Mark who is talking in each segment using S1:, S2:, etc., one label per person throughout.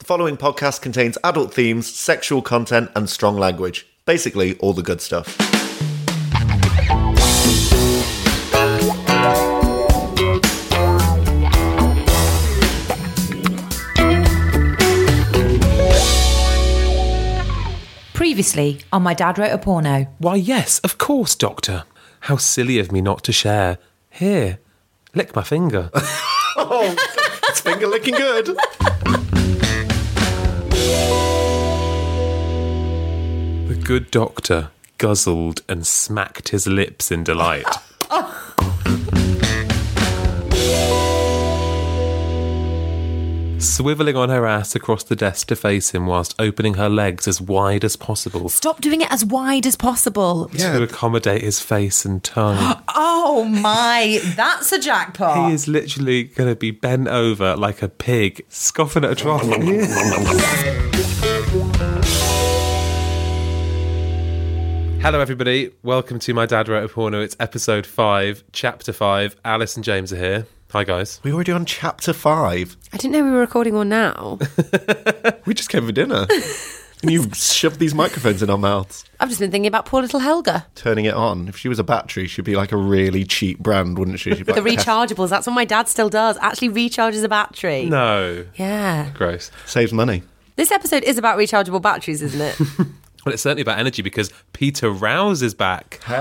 S1: The following podcast contains adult themes, sexual content, and strong language. Basically, all the good stuff.
S2: Previously, on My Dad Wrote a Porno.
S3: Why, yes, of course, Doctor. How silly of me not to share. Here, lick my finger.
S1: Oh, it's finger looking good.
S3: the good doctor guzzled and smacked his lips in delight. Swiveling on her ass across the desk to face him whilst opening her legs as wide as possible
S2: Stop doing it as wide as possible.
S3: to accommodate his face and tongue.
S2: Oh my, that's a jackpot.
S3: He is literally going to be bent over like a pig, scoffing at a trough. Hello, everybody. Welcome to My Dad Wrote a Porno. It's episode five, chapter five. Alice and James are here. Hi, guys.
S1: We already on chapter five.
S4: I didn't know we were recording one now.
S1: We just came for dinner. and you shoved these microphones in our mouths.
S4: I've just been thinking about poor little Helga.
S1: Turning it on. If she was a battery, she'd be like a really cheap brand, wouldn't she? She'd be
S4: The
S1: like,
S4: rechargeables, that's what my dad still does. Actually recharges a battery.
S3: No.
S4: Yeah.
S3: Gross.
S1: Saves money.
S4: This episode is about rechargeable batteries, isn't it?
S3: Well, it's certainly about energy because Peter Rouse is back. The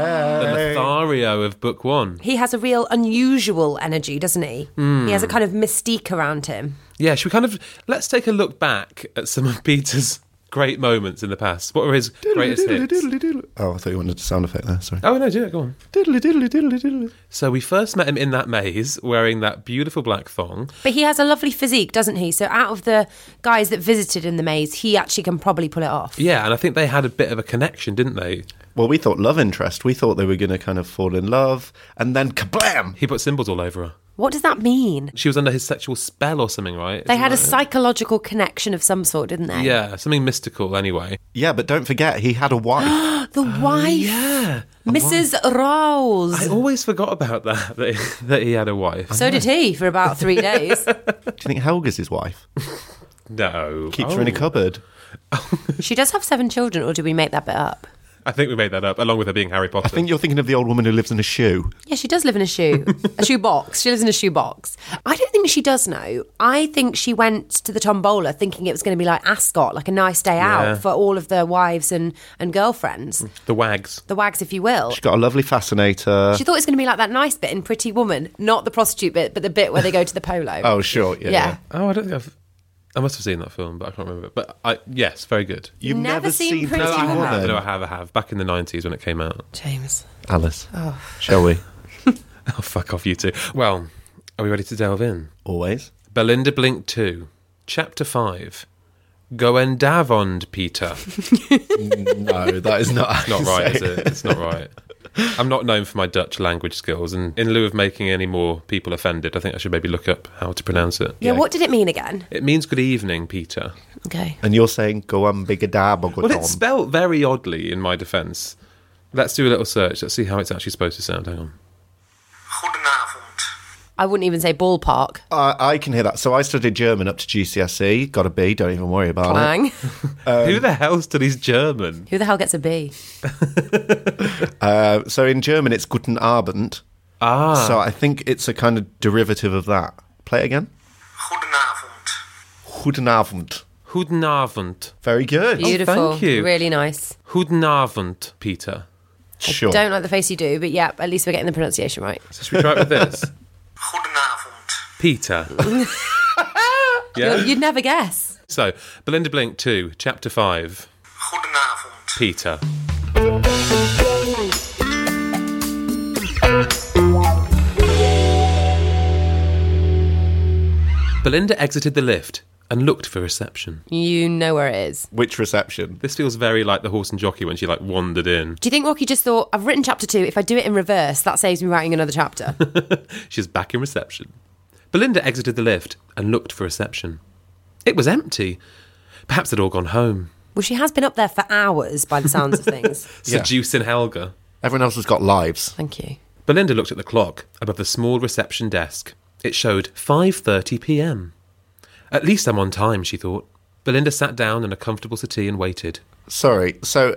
S3: Lothario of book one.
S4: he has a real unusual energy, doesn't he?
S2: Hmm.
S4: He has a kind of mystique around him.
S3: Yeah, should we kind of let's take a look back at some of Peter's great moments in the past? What were his greatest hits?
S1: Oh, I thought you wanted a sound effect there. Sorry.
S3: Oh no, do it. Go on.
S1: Diddly diddly diddly diddly.
S3: So we first met him in that maze, wearing that beautiful black thong.
S4: But he has a lovely physique, doesn't he? So out of the guys that visited in the maze, he actually can probably pull it off.
S3: Yeah, and I think they had a bit of a connection, didn't they?
S1: Well, we thought love interest. We thought they were going to kind of fall in love, and then kablam!
S3: He put symbols all over her.
S4: What does that mean?
S3: She was under his sexual spell or something, right?
S4: They
S3: Isn't
S4: had a
S3: that it?
S4: psychological connection of some sort, didn't they?
S3: Yeah, something mystical. Anyway,
S1: Yeah, but don't forget, he had a wife.
S4: The wife,
S3: Oh, yeah.
S4: Mrs. Rawls.
S3: I always forgot about that that he, that he had a wife.
S4: So did he for about three days.
S1: Do you think Helga's his wife?
S3: no,
S1: Keeps her in a
S3: Oh.
S1: cupboard.
S4: she does have seven children, or do we make that bit up?
S3: I think we made that up, along with her being Harry Potter.
S1: I think you're thinking of the old woman who lives in a shoe.
S4: Yeah, she does live in a shoe, a shoe box. She lives in a shoe box. I don't think she does know. I think she went to the tombola thinking it was going to be like Ascot, like a nice day
S3: Yeah.
S4: out for all of the wives and, and girlfriends,
S3: the wags.
S4: the wags, if you will.
S1: She's got a lovely fascinator.
S4: She thought it was going to be like that nice bit in Pretty Woman, not the prostitute bit, but the bit where they go to the polo.
S1: Oh, sure. Yeah.
S4: yeah.
S1: yeah.
S3: Oh, I don't think I've. I must have seen that film, but I can't remember. But I yes, very good.
S1: You've
S4: Never seen Pretty
S3: No, I
S4: Woman.
S3: have. No, I have. I have. Back in the nineties when it came out.
S4: James.
S1: Alice, shall we?
S3: Oh, fuck off, you two. Well, are we ready to delve in?
S1: Always.
S3: Belinda Blink Two, Chapter Five. Go and davond, Peter.
S1: No, that is not
S3: Not right, is it? It's not right. I'm not known for my Dutch language skills, and in lieu of making any more people offended, I think I should maybe look up how to pronounce it.
S4: Yeah, what did it mean again?
S3: It means good evening, Peter.
S4: Okay.
S1: And you're saying go on big a dab or go
S3: Well,
S1: on.
S3: it's spelled very oddly in my defence. Let's do a little search. Let's see how it's actually supposed to sound. Hang on.
S5: Goedenavond.
S4: I wouldn't even say ballpark.
S1: I, I can hear that. So I studied German up to GCSE. Got a B. E. Don't even worry about it.
S4: Clang.
S3: Who the hell studies German?
S4: Who the hell gets a B?
S1: Oh, Uh, so in German, it's Guten Abend.
S3: Ah,
S1: So I think it's a kind of derivative of that. Play it again.
S5: Goedenavond.
S1: Guten Abend.
S3: Guten Abend.
S1: Very good.
S4: Beautiful.
S3: you.
S4: Really nice.
S3: Guten Abend, Peter.
S1: sure.
S4: Don't like the face you do, but yeah, at least we're getting the pronunciation right.
S3: So should we try it with this?
S5: Goedenavond.
S3: Peter. yeah.
S4: You'd never guess.
S3: So, Belinda Blink 2, Chapter 5,
S5: Goedenavond.
S3: Peter. Belinda exited the lift and looked for reception.
S4: You know where it is.
S1: Which reception?
S3: This feels very like the horse and jockey when she like wandered in.
S4: Do you think Rocky just thought, I've written chapter two. If I do it in reverse, that saves me writing another chapter?
S3: She's back in reception. Belinda exited the lift and looked for reception. It was empty. Perhaps they'd all gone home.
S4: well, she has been up there for hours by the sounds of things.
S1: Yeah.
S3: Seducing Helga.
S1: Everyone else has got lives.
S4: Thank you.
S3: Belinda looked at the clock above the small reception desk. It showed 5:30 p.m. At least I'm on time, she thought. Belinda sat down in a comfortable settee and waited.
S1: Sorry. So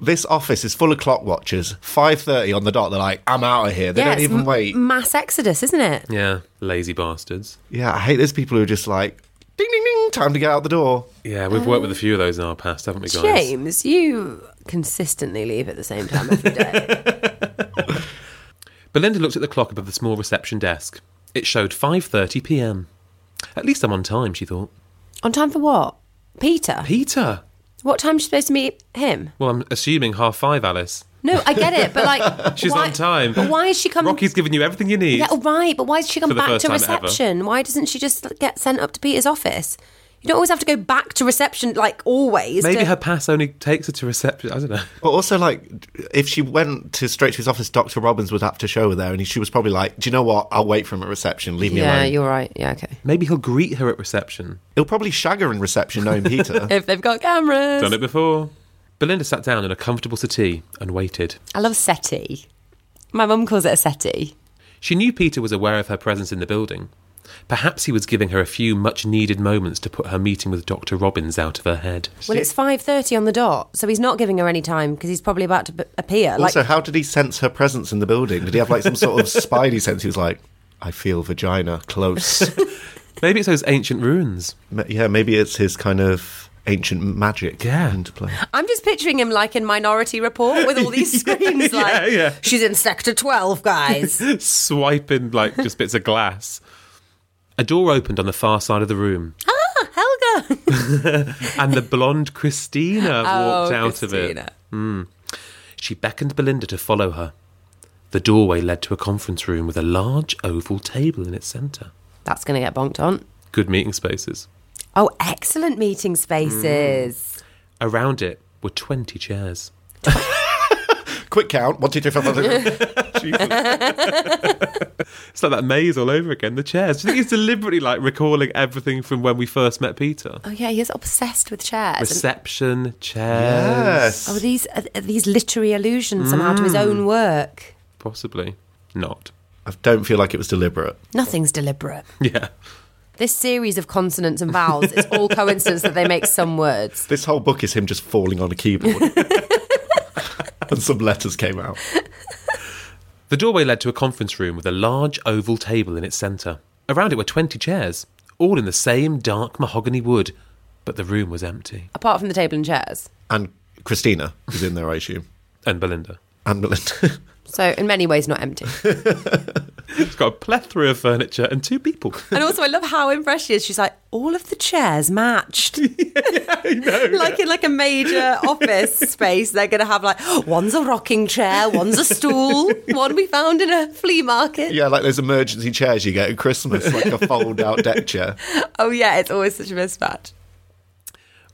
S1: this office is full of clock watchers. 5.30 on the dot. They're like, I'm out of here. They
S4: Yeah,
S1: don't
S4: it's
S1: even
S4: m-
S1: wait.
S4: Mass exodus, isn't it?
S3: Yeah, lazy bastards.
S1: yeah, I hate those people who are just like, ding, ding, ding, time to get out the door.
S3: Yeah, we've worked with a few of those in our past, haven't we, guys?
S4: James, you consistently leave at the same time every day.
S3: Belinda looked at the clock above the small reception desk. It showed 5:30 p.m. At least I'm on time, she thought.
S4: On time for what? Peter.
S3: Peter.
S4: What time is she supposed to meet him?
S3: Well, I'm assuming half 5, Alice.
S4: No, I get it, but like,
S3: She's
S4: why-
S3: on time.
S4: But why is she coming?
S3: Rocky's given you everything you need.
S4: Yeah, all right, but why does she come
S3: For the
S4: back
S3: first
S4: to
S3: time ever.
S4: reception? Why doesn't she just get sent up to Peter's office? You don't always have to go back to reception, like always.
S3: Maybe
S4: to-
S3: her pass only takes her to reception. I don't know.
S1: But also, like, if she went to straight to his office, Dr. Robbins would have to show her there. And she was probably like, do you know what? I'll wait for him at reception. Leave me
S4: Yeah,
S1: alone.
S4: you're right. Yeah, okay.
S3: Maybe he'll greet her at reception.
S1: He'll probably shag her in reception, knowing Peter.
S4: If they've got cameras,
S3: Done it before. Belinda sat down in a comfortable settee and waited.
S4: I love SETI. My mum calls it a SETI.
S3: She knew Peter was aware of her presence in the building. Perhaps he was giving her a few much needed moments to put her meeting with Dr. Robbins out of her head.
S4: Well, it's five thirty on the dot, so he's not giving her any time because he's probably about to b- appear. Like,
S1: also, how did he sense her presence in the building? Did he have like some sort of spidey sense? He was like, I feel vagina close.
S3: Maybe it's those ancient ruins.
S1: Ma- yeah, maybe it's his kind of ancient magic
S3: Yeah.
S1: into play.
S4: I'm just picturing him like in Minority Report with all these screens. like,
S3: Yeah, yeah.
S4: she's in Sector Twelve, guys.
S3: Swiping like just bits of glass. A door opened on the far side of the room,
S4: ah, Helga.
S3: and the blonde Christina walked out of it.
S4: Oh, Christina.
S3: She beckoned Belinda to follow her. The doorway led to a conference room with a large oval table in its centre.
S4: That's going to get bonked on.
S3: Good meeting spaces.
S4: Oh, excellent meeting spaces.
S3: Around it were 20 chairs.
S1: Quick count. One, two, three, four, five,
S4: Um,
S1: six.
S3: It's like that maze all over again, the chairs. Do you think he's deliberately like recalling everything from when we first met Peter?
S4: Oh yeah, he's obsessed with chairs. And-
S3: Reception, chairs.
S1: Yes.
S4: Oh, are these are are these literary allusions somehow to his
S3: Mm.
S4: own work.
S3: Possibly not.
S1: I don't feel like it was deliberate.
S4: Nothing's deliberate.
S3: Yeah.
S4: This series of consonants and vowels, it's all coincidence that they make some words.
S1: This whole book is him just falling on a keyboard. and some letters came out.
S3: The doorway led to a conference room with a large oval table in its centre. Around it were 20 chairs, all in the same dark mahogany wood, but the room was empty.
S4: Apart from the table and chairs.
S1: And Christina is in there, I assume.
S3: And Belinda.
S1: And Belinda.
S4: So in many ways not empty.
S3: It's got a plethora of furniture and two people.
S4: And also, I love how impressed she is. She's like, all of the chairs matched. like in like a major office space, they're going to have like one's a rocking chair, one's a stool, one we found in a flea market.
S1: yeah, like those emergency chairs you get at Christmas, like a fold out deck chair.
S4: Oh yeah, it's always such a mismatch.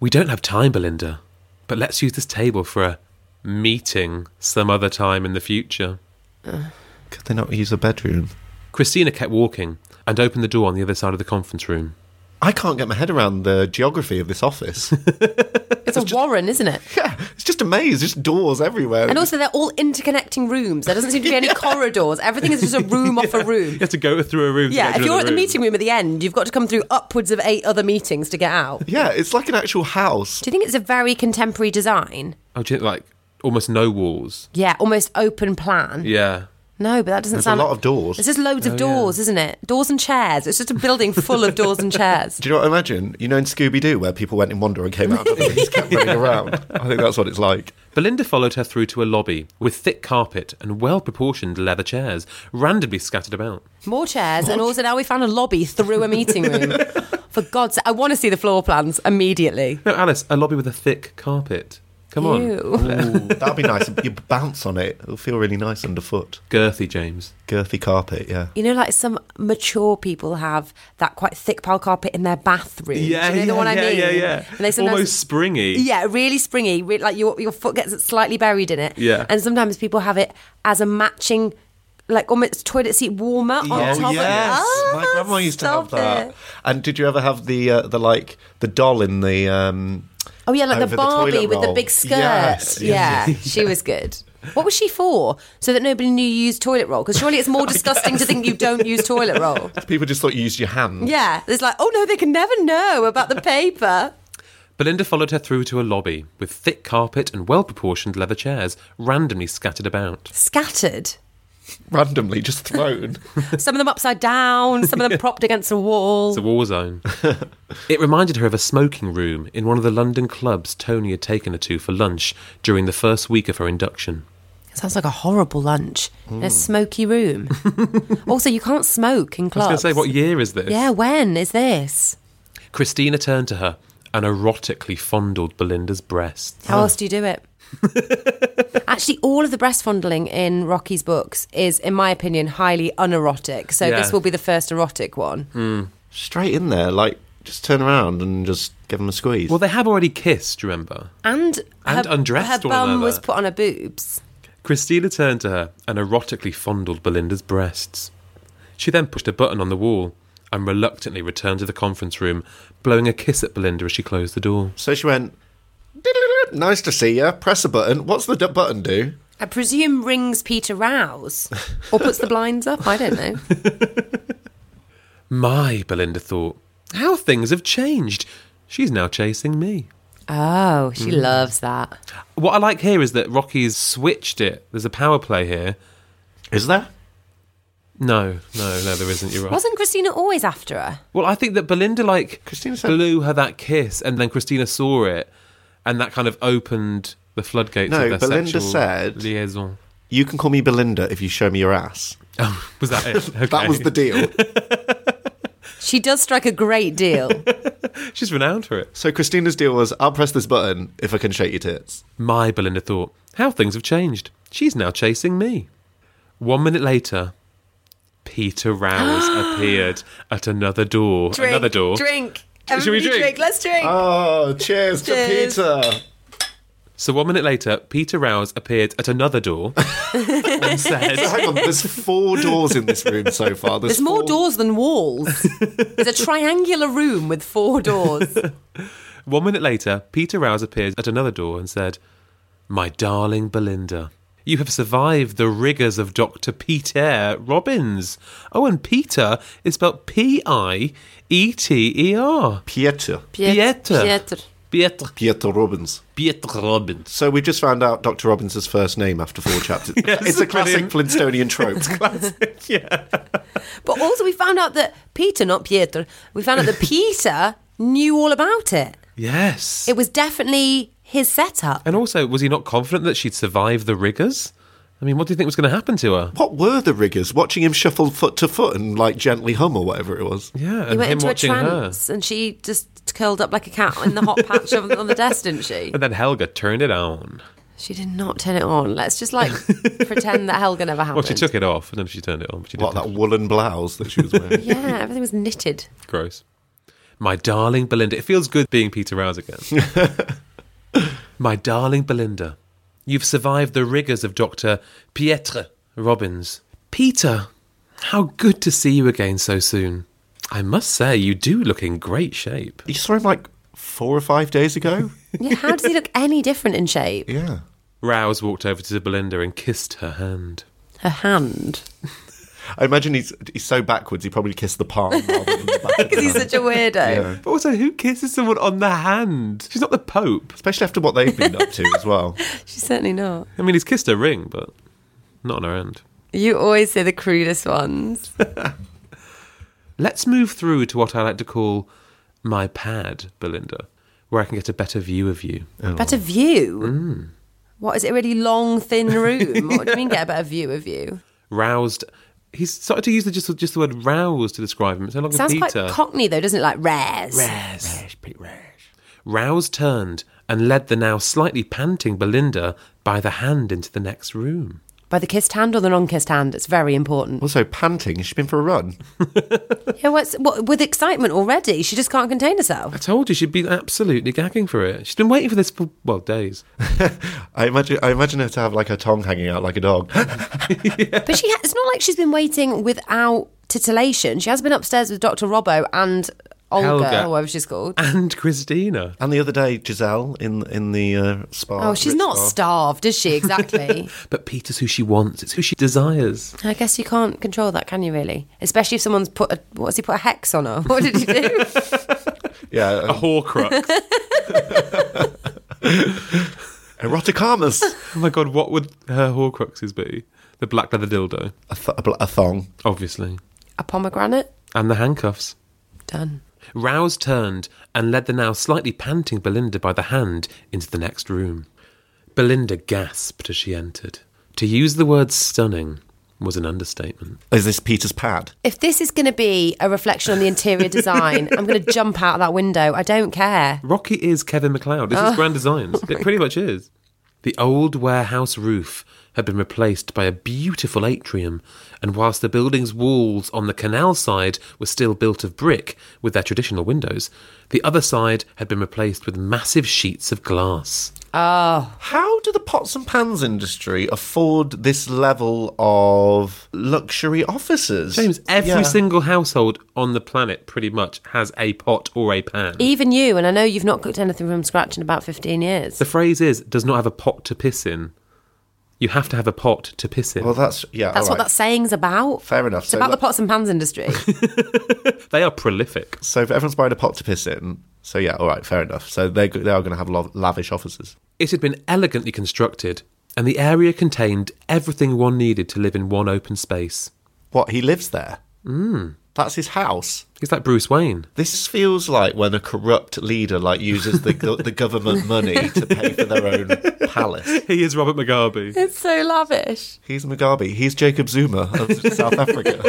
S3: We don't have time, Belinda, but let's use this table for a meeting some other time in the future.
S1: Could they not use a bedroom?
S3: Christina kept walking and opened the door on the other side of the conference room.
S1: I can't get my head around the geography of this office.
S4: It's a Warren, isn't it?
S1: yeah, it's just a maze, just doors everywhere.
S4: And also, they're all interconnecting rooms. There doesn't seem to be any corridors. Everything is just a room off a room.
S3: You have to go through a room. to
S4: Yeah,
S3: get to
S4: if you're at
S3: another
S4: the
S3: room.
S4: meeting room at the end, you've got to come through upwards of eight other meetings to get out. Do
S1: yeah, it's like an actual house.
S4: you think it's a very contemporary design?
S3: oh, do you, like almost no walls.
S4: Yeah, almost open plan.
S3: Yeah,
S4: No, but that doesn't
S1: There's a
S4: sound.
S1: lot of doors. Oh,
S4: There's just loads of doors, isn't it? Doors and chairs. It's just a building full of doors and chairs.
S1: Do you know what I imagine? You know in Scooby Doo where people went in wander and came out and just kept running around? I think that's what it's like.
S3: Belinda followed her through to a lobby with thick carpet and well-proportioned leather chairs randomly scattered about.
S4: More chairs, and also now we found a lobby through a meeting room. For God's sake, I want to see the floor plans immediately.
S3: No, Alice, a lobby with a thick carpet. Come on.
S1: That'd be nice. You bounce on it. It'll feel really nice underfoot.
S3: Girthy, James.
S1: Girthy carpet, yeah.
S4: You know, like some mature people have that quite thick pile carpet in their bathroom. Do you know the one I
S3: yeah,
S4: mean?
S3: yeah, yeah.
S4: And they sometimes,
S3: Almost springy.
S4: yeah, really springy. Re- like your your foot gets slightly buried in it.
S3: Yeah.
S4: and sometimes people have it as a matching, like almost toilet seat warmer on
S1: Oh,
S4: top.
S1: yes.
S4: Of it. Ah,
S1: My grandma used to have
S4: stop
S1: that.
S4: it.
S1: And did you ever have the uh, the like the doll in the um
S4: Oh yeah, like
S1: over
S4: the
S1: the
S4: Barbie
S1: toilet
S4: with the
S1: roll.
S4: big skirt.
S1: Yes, yes,
S4: yeah, she was good. What was she for? So that nobody knew you used toilet roll? Because surely it's more disgusting to think you don't use toilet roll.
S1: people just thought you used your hand.
S4: Yeah, it's like, oh no, they can never know about the paper.
S3: Belinda followed her through to a lobby with thick carpet and well proportioned leather chairs randomly scattered about.
S4: Scattered.
S1: Randomly just thrown.
S4: Some of them upside down, some of them propped against a wall.
S3: It's a war zone. it reminded her of a smoking room in one of the London clubs Tony had taken her to for lunch during the first week of her induction.
S4: Sounds like a horrible lunch in a smoky room. also, you can't smoke in
S3: I was going to
S4: clubs.
S3: say, what year is this?
S4: Yeah, when is this?
S3: Christina turned to her and erotically fondled Belinda's breasts.
S4: How else do you do it? Actually, all of the breast fondling in Rocky's books is, in my opinion, highly unerotic. So
S3: Yeah. Hmm.
S4: this will be the first erotic one.
S1: Straight in there, like just turn around and just give them a squeeze.
S3: Well, they have already kissed, remember?
S4: And
S3: And
S4: her,
S3: undressed
S4: her
S3: one
S4: bum
S3: another.
S4: was put on her boobs.
S3: Christina turned to her and erotically fondled Belinda's breasts. She then pushed a button on the wall and reluctantly returned to the conference room, blowing a kiss at Belinda as she closed the door.
S1: so she went "Diddle-diddle, Nice to see you. Press a button. What's the d- button do?
S4: I presume rings Peter Rouse or puts the blinds up. I don't know.
S3: My, Belinda thought, how things have changed. She's now chasing me.
S4: Oh, she
S3: Hmm.
S4: loves that.
S3: What I like here is that Rocky's switched it. There's a power play here.
S1: Is there?
S3: No, no, no, there isn't. You're right.
S4: Wasn't Christina always after her?
S3: Well, I think that Belinda like
S1: Christina said-
S3: blew her that kiss, and then Christina saw it, and that kind of opened the floodgates.
S1: No,
S3: of their
S1: Belinda
S3: sexual
S1: said-
S3: liaison.
S1: You can call me Belinda if you show me your ass.
S3: Oh, was that it? Okay.
S1: That was the deal.
S4: She does strike a great deal.
S3: She's renowned for it.
S1: so Christina's deal was I'll press this button if I can shake your tits.
S3: My Belinda thought, how things have changed. She's now chasing me. One minute later, Peter Rouse appeared at another door. another door.
S4: Drink.
S3: Should we
S4: Everybody
S3: drink? Uh,
S4: Let's drink.
S1: Oh, cheers,
S4: Cheers.
S1: to Peter.
S3: So one minute later, Peter Rouse appeared at another door and said,
S1: Hang on, there's four doors in this room so far. There's,
S4: There's more
S1: four-
S4: doors than walls. It's a triangular room with four doors.
S3: One minute later, Peter Rouse appeared at another door and said, My darling Belinda, you have survived the rigours of Dr. Peter Robbins. Oh, and Peter is spelled P I E T E R.
S1: Pieter.
S3: Pieter.
S4: Pieter.
S3: Peter.
S1: Pieter Robbins.
S3: Peter Robbins.
S1: So we've just found out Dr. Robbins' first name after four chapters. it's a classic Flintstonian trope.
S4: But also, we found out that Peter, not Pieter, we found out that Peter knew all about it.
S3: Yes.
S4: It was definitely his setup.
S3: and also, was he not confident that she'd survive the rigours? I mean, what do you think was going to happen to her?
S1: what were the riggers? Watching him shuffle foot to foot and like gently hum or whatever it was.
S3: Yeah,
S4: He
S3: and
S4: went
S3: him
S4: into a
S3: watching her.
S4: trance and she just curled up like a cat in the hot patch on, on the desk, didn't she?
S3: And then Helga turned it on.
S4: She did not turn it on. Let's just like pretend that Helga never happened.
S3: Well, she took it off and then she turned it on. But she did
S1: What, that woolen blouse that she was wearing?
S4: Yeah, everything was knitted.
S3: Gross. My darling Belinda. It feels good being Peter Rouse again. My darling Belinda, you've survived the rigours of Dr. Pietre Robbins. Peter, how good to see you again so soon. I must say, you do look in great shape.
S1: you saw him like four or five days ago?
S4: Yeah, how does he look any different in shape?
S1: yeah.
S3: Rouse walked over to Belinda and kissed her hand.
S4: Her hand.
S1: I imagine he's he's so backwards he probably kissed the palm rather than the back. of the
S4: Because he's
S1: hand.
S4: such a weirdo.
S3: But also, who kisses someone on the hand? She's not the Pope.
S1: Especially after what they've been up to as well.
S4: She's certainly not.
S3: I mean, he's kissed her ring, but not on her hand.
S4: You always say the crudest ones.
S3: Let's move through to what I like to call my pad, Belinda, where I can get a better view of you.
S4: Better view.
S3: Mm.
S4: What is it? A really long, thin room? What do you mean? Get a better view of you?
S3: Roused. He's started to use the, just, just the word roused to describe him. It's no longer
S4: Sounds
S3: Peter.
S4: quite Cockney though, doesn't it? Like rares.
S3: Rouse turned and led the now slightly panting Belinda by the hand into the next room.
S4: By the kissed hand or the non-kissed hand, it's very important.
S1: Also, panting. Has she been for a run?
S4: Yeah, what's, what, with excitement already, she just can't contain herself.
S3: I told you she'd be absolutely gagging for it. She's been waiting for this for, well, days.
S1: I imagine. I imagine her to have like her tongue hanging out like a dog.
S4: But she, ha- it's not like she's been waiting without titillation. She has been upstairs with Dr. Robbo and Olga,
S3: Helga.
S4: or whatever she's called.
S3: And Christina.
S1: and the other day, Giselle in in the uh, spa.
S4: Oh, she's
S1: Ritz
S4: not
S1: spa.
S4: starved, is she? Exactly.
S3: But Peter's who she wants, it's who she desires.
S4: I guess you can't control that, can you? Really, especially if someone's put a what's he put a hex on her? What did he do?
S1: yeah,
S3: A
S1: um,
S3: Horcrux.
S1: eroticamas.
S3: oh my god, what would her Horcruxes be? The black leather dildo,
S1: a, th- a, bl- a thong.
S3: obviously.
S4: a pomegranate.
S3: And the handcuffs.
S4: Done.
S3: Rouse turned and led the now slightly panting Belinda by the hand into the next room. Belinda gasped as she entered. To use the word stunning was an understatement.
S1: Is this Peter's pad?
S4: If this is going to be a reflection on the interior design, I'm going to jump out of that window. I don't care.
S3: Rocky is Kevin McLeod. This is Grand Designs. It pretty much is. The old warehouse roof had been replaced by a beautiful atrium, and whilst the building's walls on the canal side were still built of brick with their traditional windows, the other side had been replaced with massive sheets of glass.
S1: How do the pots and pans industry afford this level of luxury offices?
S3: James, every
S1: Yeah.
S3: single household on the planet pretty much has a pot or a pan.
S4: Even you, and I know you've not cooked anything from scratch in about 15 years.
S3: the phrase is does not have a pot to piss in. You have to have a pot to piss in.
S1: Well, that's yeah.
S4: That's what
S1: alright.
S4: that saying's about.
S1: Fair enough.
S4: It's
S1: So
S4: about the
S1: look-
S4: pots and pans industry.
S3: they are prolific.
S1: So if everyone's buying a pot to piss in, so yeah, all right, fair enough. So they they are going to have lo- lavish offices.
S3: It had been elegantly constructed, and the area contained everything one needed to live in one open space.
S1: What he lives there. Mm.
S4: Hmm.
S1: That's his house.
S3: He's like Bruce Wayne.
S1: This feels like when a corrupt leader like uses the go- the government money to pay for their own palace.
S3: He is Robert Mugabe.
S4: it's so lavish.
S1: He's Mugabe. He's Jacob Zuma of South Africa.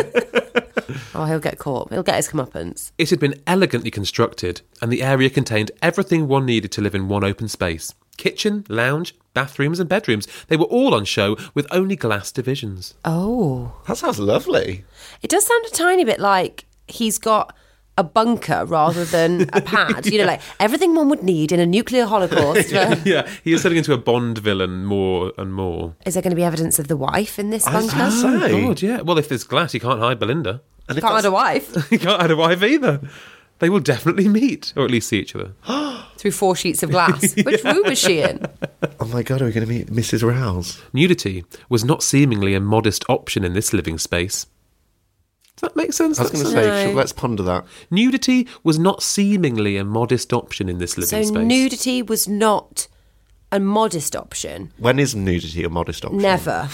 S4: Oh, he'll get caught. He'll get his comeuppance.
S3: It had been elegantly constructed, and the area contained everything one needed to live in one open space kitchen, lounge, bathrooms, and bedrooms. They were all on show with only glass divisions.
S4: Oh.
S1: That sounds lovely.
S4: It does sound a tiny bit like he's got a bunker rather than a pad. You know, like everything one would need in a nuclear holocaust. for-
S3: yeah, he is turning into a Bond villain more and more.
S4: Is there going to be evidence of the wife in this
S1: I was
S4: bunker?
S1: gonna say. Hey.
S3: Oh, God, yeah. Well, if there's glass, you can't hide Belinda.
S1: And if
S4: Can't have
S1: that's-
S4: a wife
S3: you can't hide a wife either. They will definitely meet, or at least see each other.
S4: through four sheets of glass. Which room is she in?
S1: oh my god, are we going to meet Mrs. Rouse?
S3: Nudity was not seemingly a modest option in this living space. Does that make sense?
S1: I was going to
S3: That's-
S1: say, sh let's ponder that.
S3: Nudity was not seemingly a modest option in this living
S4: So
S3: space.
S4: nudity was not a modest option.
S1: When is nudity a modest option?
S4: Never.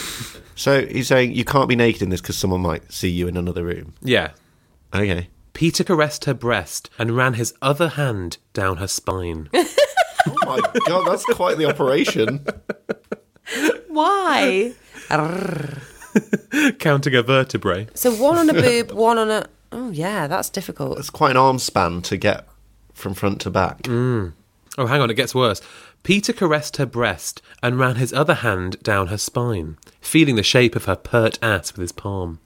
S1: So he's saying you can't be naked in this because someone might see you in another room.
S3: yeah.
S1: Okay.
S3: Peter caressed her breast and ran his other hand down her spine.
S1: Oh my god, that's quite the operation.
S4: Why?
S3: counting a vertebrae.
S4: So one on a boob, one on a. Oh yeah, that's difficult.
S1: It's quite an arm span to get from front to back.
S3: Oh, hang on, it gets worse. Peter caressed her breast and ran his other hand down her spine, feeling the shape of her pert ass with his palm.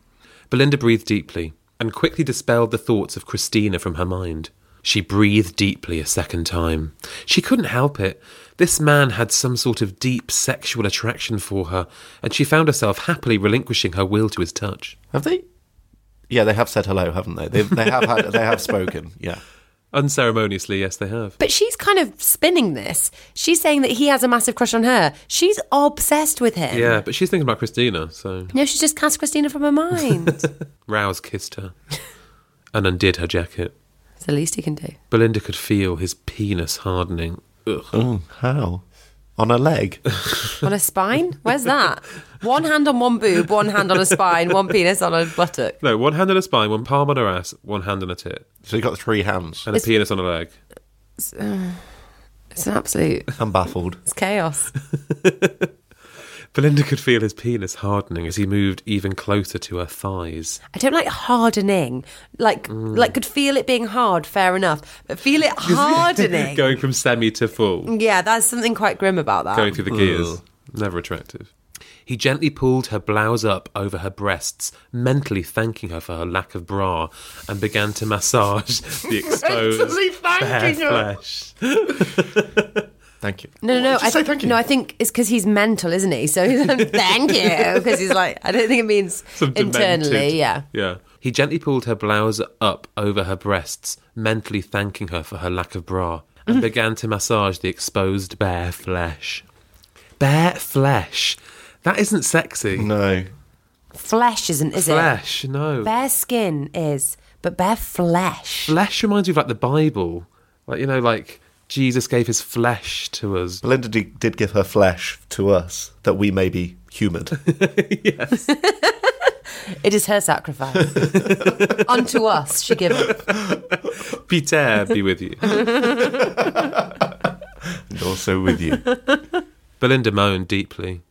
S3: Belinda breathed deeply and quickly dispelled the thoughts of Christina from her mind. She breathed deeply a second time. She couldn't help it. This man had some sort of deep sexual attraction for her, and she found herself happily relinquishing her will to his touch.
S1: Have they? Yeah, they have said hello, haven't they? They've, they have had, they have spoken. Yeah.
S3: Unceremoniously, yes, they have.
S4: But she's kind of spinning this. She's saying that he has a massive crush on her. She's obsessed with him.
S3: Yeah, but she's thinking about Christina, so.
S4: No, she's just cast Christina from her mind. it's
S3: Rouse kissed her and undid her jacket.
S4: the least he can do.
S3: Belinda could feel his penis hardening. Ugh.
S1: Oh, how? On a leg.
S4: On a spine? Where's that? One hand on one boob, one hand on a spine, one penis on a buttock.
S3: No, one hand on her spine, one palm on her ass, one hand on her tit,
S1: So you've got three hands.
S3: and a penis on her leg.
S4: It's an absolute
S1: I'm baffled.
S4: it's chaos.
S3: Belinda could feel his penis hardening as he moved even closer to her thighs.
S4: I don't like hardening. Like,
S3: Mm.
S4: like could feel it being hard, fair enough. But feel it hardening.
S3: Going from semi to full,
S4: yeah, there's something quite grim about that.
S3: going through the gears. Never attractive. He gently pulled her blouse up over her breasts, mentally thanking her for her lack of bra, and began to massage the
S1: Mentally
S3: exposed bare
S1: thanking her.
S3: flesh.
S1: Thank you.
S4: No, no, no.
S1: Just
S4: I,
S1: say thank you.
S4: No, I think it's because he's mental, isn't he? So he's like, thank you, because he's like, I don't think it means
S3: Some demented-
S4: internally. Yeah.
S3: Yeah. He gently pulled her blouse up over her breasts, mentally thanking her for her lack of bra, and began to massage the exposed bare flesh. Bare flesh. That isn't sexy.
S1: No.
S4: Flesh isn't, is
S3: flesh,
S4: it?
S3: no.
S4: Bare skin is, but bare flesh.
S3: flesh reminds me of like the Bible. Like, you know, like Jesus gave his flesh to us.
S1: Belinda d- did give her flesh to us that we may be humoured.
S4: It is her sacrifice. Unto us she giveth.
S3: Peter be with you.
S1: and also with you.
S3: Belinda moaned deeply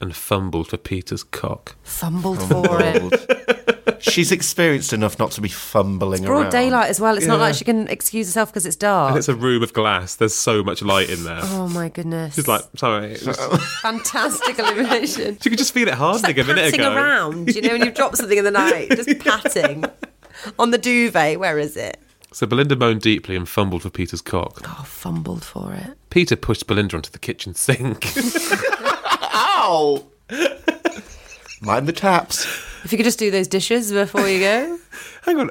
S3: and fumbled for Peter's cock.
S4: Fumbled for it.
S1: She's experienced enough not to be fumbling
S4: Broad
S1: around.
S4: daylight as well. It's not
S3: Yeah.
S4: like she can excuse herself because it's dark.
S3: And it's a room of glass. There's so much light in there.
S4: oh my goodness.
S3: She's like, sorry. It's just-
S4: fantastic illumination.
S3: She could just feel it hardening
S4: It's like
S3: a minute
S4: patting
S3: ago.
S4: around, you know, when you've dropped something in the night, just patting on the duvet. Where is it?
S3: So Belinda moaned deeply and fumbled for Peter's cock.
S4: Oh, fumbled for it.
S3: Peter pushed Belinda onto the kitchen sink.
S1: Ow! Mind the taps.
S4: If you could just do those dishes before you go,
S3: Hang on.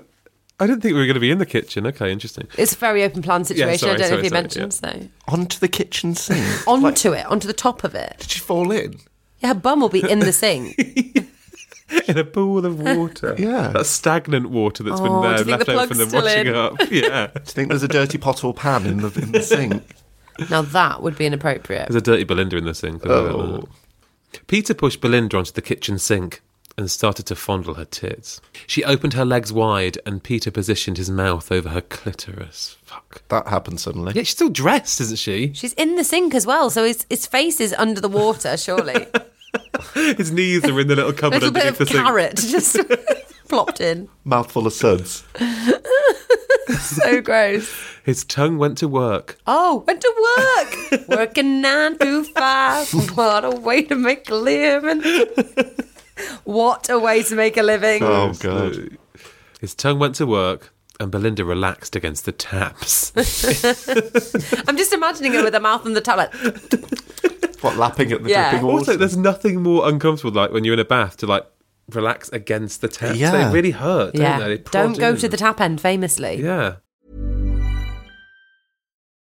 S3: I didn't think we were going to be in the kitchen. Okay, interesting.
S4: it's a very open plan situation.
S3: sorry,
S4: I don't
S3: sorry,
S4: know if you
S3: sorry,
S4: mentioned
S1: Onto the kitchen sink.
S4: so. Onto it, onto the top of it.
S1: Did she fall in?
S4: Yeah, her bum will be in the sink.
S3: In a pool of water.
S1: Yeah.
S3: That stagnant water that's
S4: Oh,
S3: been
S4: do
S3: there
S4: you think
S3: left
S4: the
S3: over from them
S4: plug's
S3: washing
S4: still
S3: up. Yeah.
S1: Do you think there's a dirty pot or pan in the, in the sink?
S4: now that would be inappropriate.
S3: There's a dirty Belinda in the sink. I don't know. Peter pushed Belinda onto the kitchen sink and started to fondle her tits. She opened her legs wide and Peter positioned his mouth over her clitoris. Fuck.
S1: That happened suddenly.
S3: Yeah, she's still dressed, isn't she?
S4: She's in the sink as well, so his, his face is under the water, surely.
S3: His knees are in the little
S4: A
S3: cupboard
S4: little bit
S3: underneath
S4: of
S3: the sink.
S4: carrot just plopped in.
S1: Mouthful of suds.
S4: So gross.
S3: His tongue went to work.
S4: Oh, went to work. Working nine to five. What a way to make a living. What a way to make a living.
S1: Oh, God.
S3: His tongue went to work, and Belinda relaxed against the taps.
S4: I'm just imagining her with her mouth on the towel. Like,
S1: What, lapping at the
S4: Yeah.
S1: dripping water?
S3: also, there's nothing more uncomfortable like when you're in a bath to like relax against the taps.
S1: Yeah.
S3: They really hurt, don't
S4: yeah.
S3: they? They prod
S4: Don't go
S3: in.
S4: to the tap end, famously.
S3: Yeah.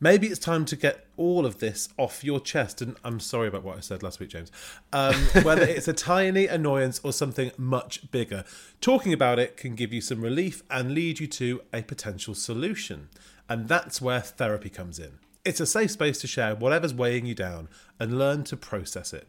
S6: Maybe it's time to get all of this off your chest. And I'm sorry about what I said last week, James. Um, whether it's a tiny annoyance or something much bigger, talking about it can give you some relief and lead you to a potential solution. And that's where therapy comes in. It's a safe space to share whatever's weighing you down and learn to process it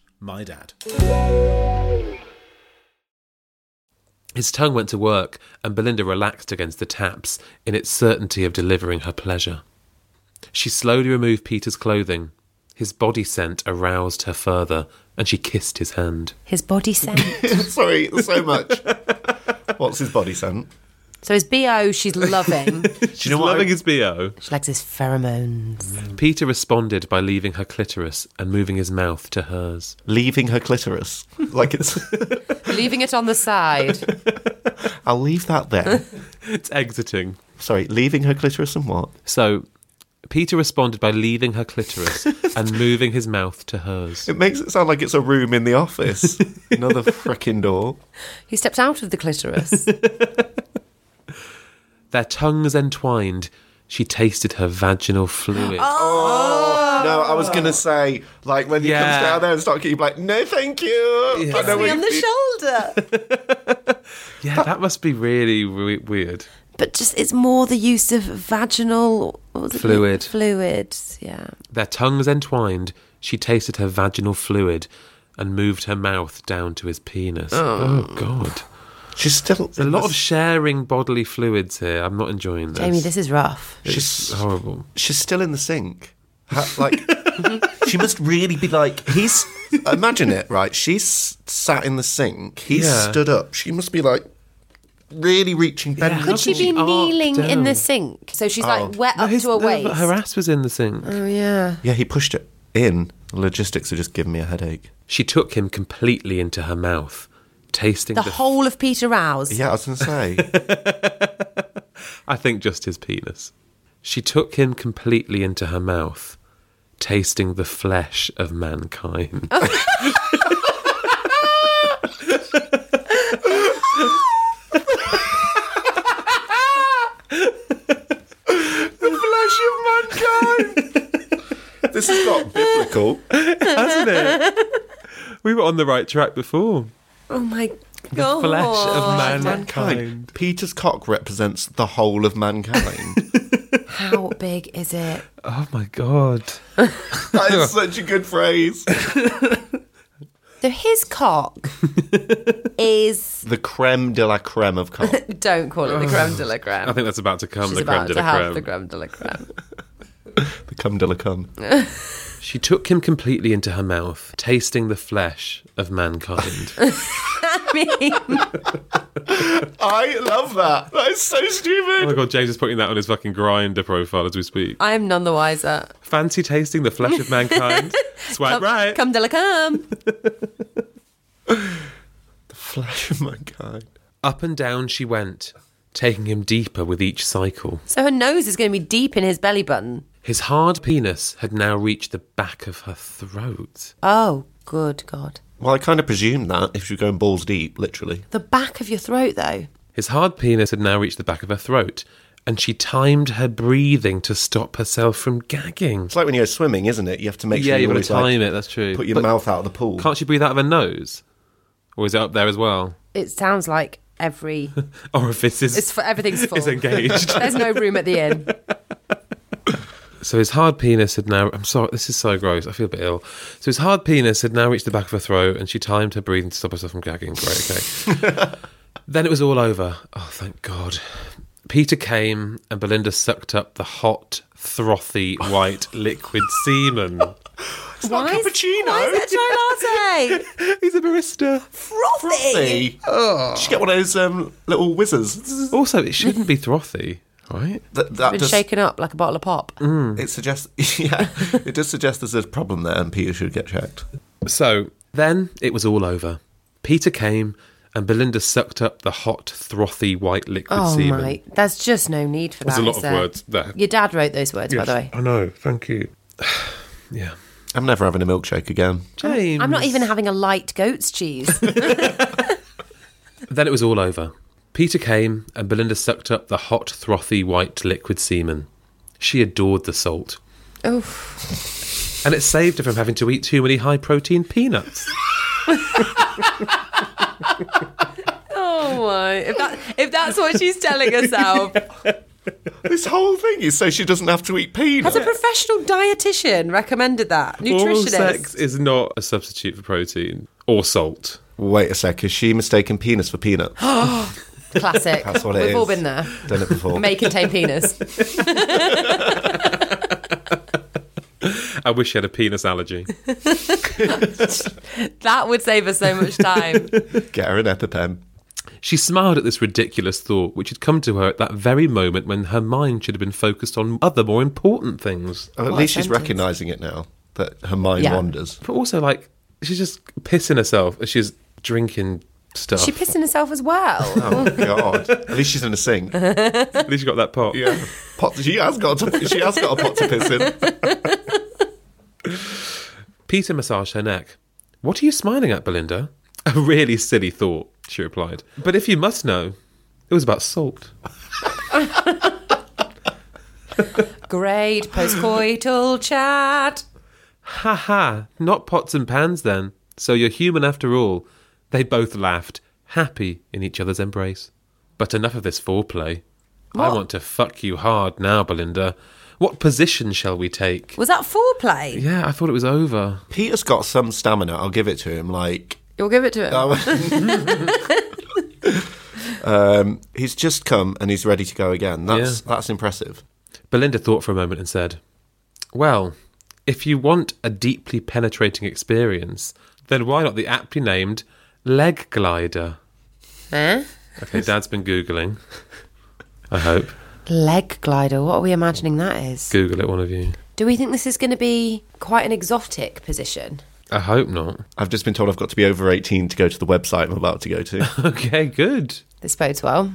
S6: mydad.
S3: His tongue went to work, and Belinda relaxed against the taps in its certainty of delivering her pleasure. She slowly removed Peter's clothing. His body scent aroused her further, and she kissed his hand.
S4: His body scent.
S1: Sorry, so much. What's his body scent?
S4: so his BO, she's loving.
S3: Do you know what? I think it's BO.
S4: she likes his pheromones.
S3: Peter responded by leaving her clitoris and moving his mouth to hers.
S1: Leaving her clitoris. Like it's.
S4: Leaving it on the side.
S1: I'll leave that there.
S3: It's exiting.
S1: Sorry, leaving her clitoris and what?
S3: So, Peter responded by leaving her clitoris and moving his mouth to hers.
S1: It makes it sound like it's a room in the office. Another frickin' door.
S4: He stepped out of the clitoris.
S3: Their tongues entwined. She tasted her vaginal fluid.
S1: Oh, No, I was gonna say, like when he
S3: Yeah.
S1: comes down there and starts kicking, like, no, thank you. I know
S4: me
S1: what
S4: on
S1: you
S4: the
S1: mean.
S4: shoulder.
S3: Yeah, that must be really we- weird.
S4: But just it's more the use of vaginal what was it?
S3: Fluid.
S4: Fluids, yeah.
S3: Their tongues entwined. She tasted her vaginal fluid and moved her mouth down to his penis. Oh, God.
S1: She's still
S3: There's a lot of sharing bodily fluids here. I'm not enjoying this.
S4: Jamie, this is rough.
S3: It's
S1: she's
S3: horrible.
S1: she's still in the sink. Ha- like she must really be like he's. Imagine it, right? She's sat in the sink. He's
S3: Yeah.
S1: stood up. She must be like really reaching. bending.
S3: Could she be Arced kneeling in down. the
S4: sink? So she's
S1: Oh.
S4: like wet up
S3: His-
S4: to her
S3: no, but
S4: waist.
S3: her ass was in the sink.
S4: oh yeah.
S1: Yeah, he pushed it in. Logistics are just giving me a headache.
S3: She took him completely into her mouth, tasting
S4: The
S3: the.
S4: whole of Peter Rouse.
S1: Yeah, I was gonna say.
S3: I think just his penis. She took him completely into her mouth, tasting the flesh of mankind.
S1: Flesh of mankind. this has got biblical.
S3: Hasn't it? We were on the right track before.
S4: Oh my god.
S3: Flesh of
S1: Kind.
S3: mankind.
S1: Peter's cock represents the whole of mankind.
S4: How big is it?
S3: Oh my god.
S1: that is such a good phrase.
S4: So his cock is
S1: The creme de la creme of cock.
S4: don't call it the creme de la creme.
S3: I think that's about to come.
S4: She's
S3: the creme
S4: about
S3: de
S4: to
S3: la
S4: have
S3: creme.
S4: the creme de la creme.
S1: The cum de la cum.
S3: She took him completely into her mouth, tasting the flesh of mankind.
S4: I mean,
S1: I love that. That is so
S3: oh my
S1: stupid.
S3: god, James is putting that on his fucking grinder profile as we speak.
S4: I'm none the wiser.
S3: Fancy tasting the flesh of mankind? Swipe right.
S4: Come de la creme.
S1: The flesh of mankind.
S3: Up and down she went, taking him deeper with each cycle.
S4: So her nose is going to be deep in his belly button.
S3: His hard penis had now reached the back of her throat.
S4: Oh, good God.
S1: Well, I kind of presumed that if you're going balls deep, literally.
S4: The back of your throat, though.
S3: His hard penis had now reached the back of her throat, and she timed her breathing to stop herself from gagging.
S1: It's like when you go swimming, isn't it? You have to make
S3: yeah,
S1: sure
S3: you want
S1: always,
S3: to time
S1: like,
S3: it, that's true.
S1: Put your
S3: But
S1: mouth out of the pool.
S3: Can't she breathe out of her nose? Or is it up there as well?
S4: It sounds like every.
S3: Orifice is,
S4: It's for, everything's full.
S3: is engaged.
S4: There's no room at the inn.
S3: So his hard penis had now. I'm sorry, this is so gross. I feel a bit ill. So his hard penis had now reached the back of her throat, and she timed her breathing to stop herself from gagging. Great, okay. then it was all over. Oh, thank God. Peter came, and Belinda sucked up the hot, frothy, white liquid semen.
S1: It's not
S4: Why is-
S1: cappuccino.
S4: Why is it a chai latte?
S3: He's a barista.
S4: Frothy.
S1: Hey. Did you get one of those um, little whizzers?
S3: Also, it shouldn't be frothy, right?
S1: That, that
S4: Been
S1: does,
S4: shaken up like a bottle of pop.
S1: it suggests, yeah, it does suggest there's a problem there, and Peter should get checked.
S3: So then it was all over. Peter came, and Belinda sucked up the hot, frothy, white liquid
S4: Oh
S3: semen.
S4: my! There's just no need for
S3: There's
S4: that.
S3: a lot
S4: is
S3: of
S4: there?
S3: words there.
S4: Your dad wrote those words, by the way.
S3: I know. Thank you. yeah.
S1: I'm never having a milkshake again.
S3: James.
S4: I'm not even having a light goat's cheese.
S3: Then it was all over. Peter came, and Belinda sucked up the hot, frothy, white liquid semen. She adored the salt,
S4: Oof.
S3: and it saved her from having to eat too many high protein peanuts.
S4: Oh my! If that if that's what she's telling herself,
S1: This whole thing is so she doesn't have to eat peanuts.
S4: as a professional dietitian recommended that nutritionist.
S3: Oral sex is not a substitute for protein or salt.
S1: Wait a sec. Is she mistaken penis for peanut?
S4: Classic.
S1: That's what it
S4: We've
S1: is.
S4: all been there.
S1: Done it before.
S4: May contain penis.
S3: I wish she had a penis allergy.
S4: That would save us so much time.
S1: Get her an EpiPen.
S3: She smiled at this ridiculous thought, which had come to her at that very moment when her mind should have been focused on other more important things.
S1: Well, at
S4: What a
S1: least she's
S4: sentence.
S1: recognising it now that her mind
S4: Yeah.
S1: wanders.
S3: But also, like, she's just pissing herself as she's drinking stuff.
S4: She pissing herself as well.
S1: Oh God! At least she's in a sink.
S3: at least she got that pot.
S1: Yeah, pot, she has got to, she has got a pot to piss in.
S3: Peter massaged her neck. What are you smiling at, Belinda? A really silly thought, she replied. But if you must know, it was about salt.
S4: Great postcoital chat.
S3: Ha ha, not pots and pans then. So you're human after all. They both laughed, happy in each other's embrace. But enough of this foreplay. I want to fuck you hard now, Belinda. What position shall we take?
S4: Was that foreplay?
S3: Yeah, I thought it was over.
S1: Peter's got some stamina. I'll give it to him. Like
S4: You'll give it to him.
S1: um, he's just come and he's ready to go again. That's that's impressive.
S3: Belinda thought for a moment and said, Well, if you want a deeply penetrating experience, then why not the aptly named leg glider?
S4: Eh?
S3: Okay, Dad's been Googling. I hope.
S4: Leg glider. What are we imagining that is?
S3: Google it, one of you.
S4: Do we think this is going to be quite an exotic position?
S3: I hope not.
S1: I've just been told I've got to be over eighteen to go to the website I'm about to go to.
S3: Okay, good.
S4: This bodes well.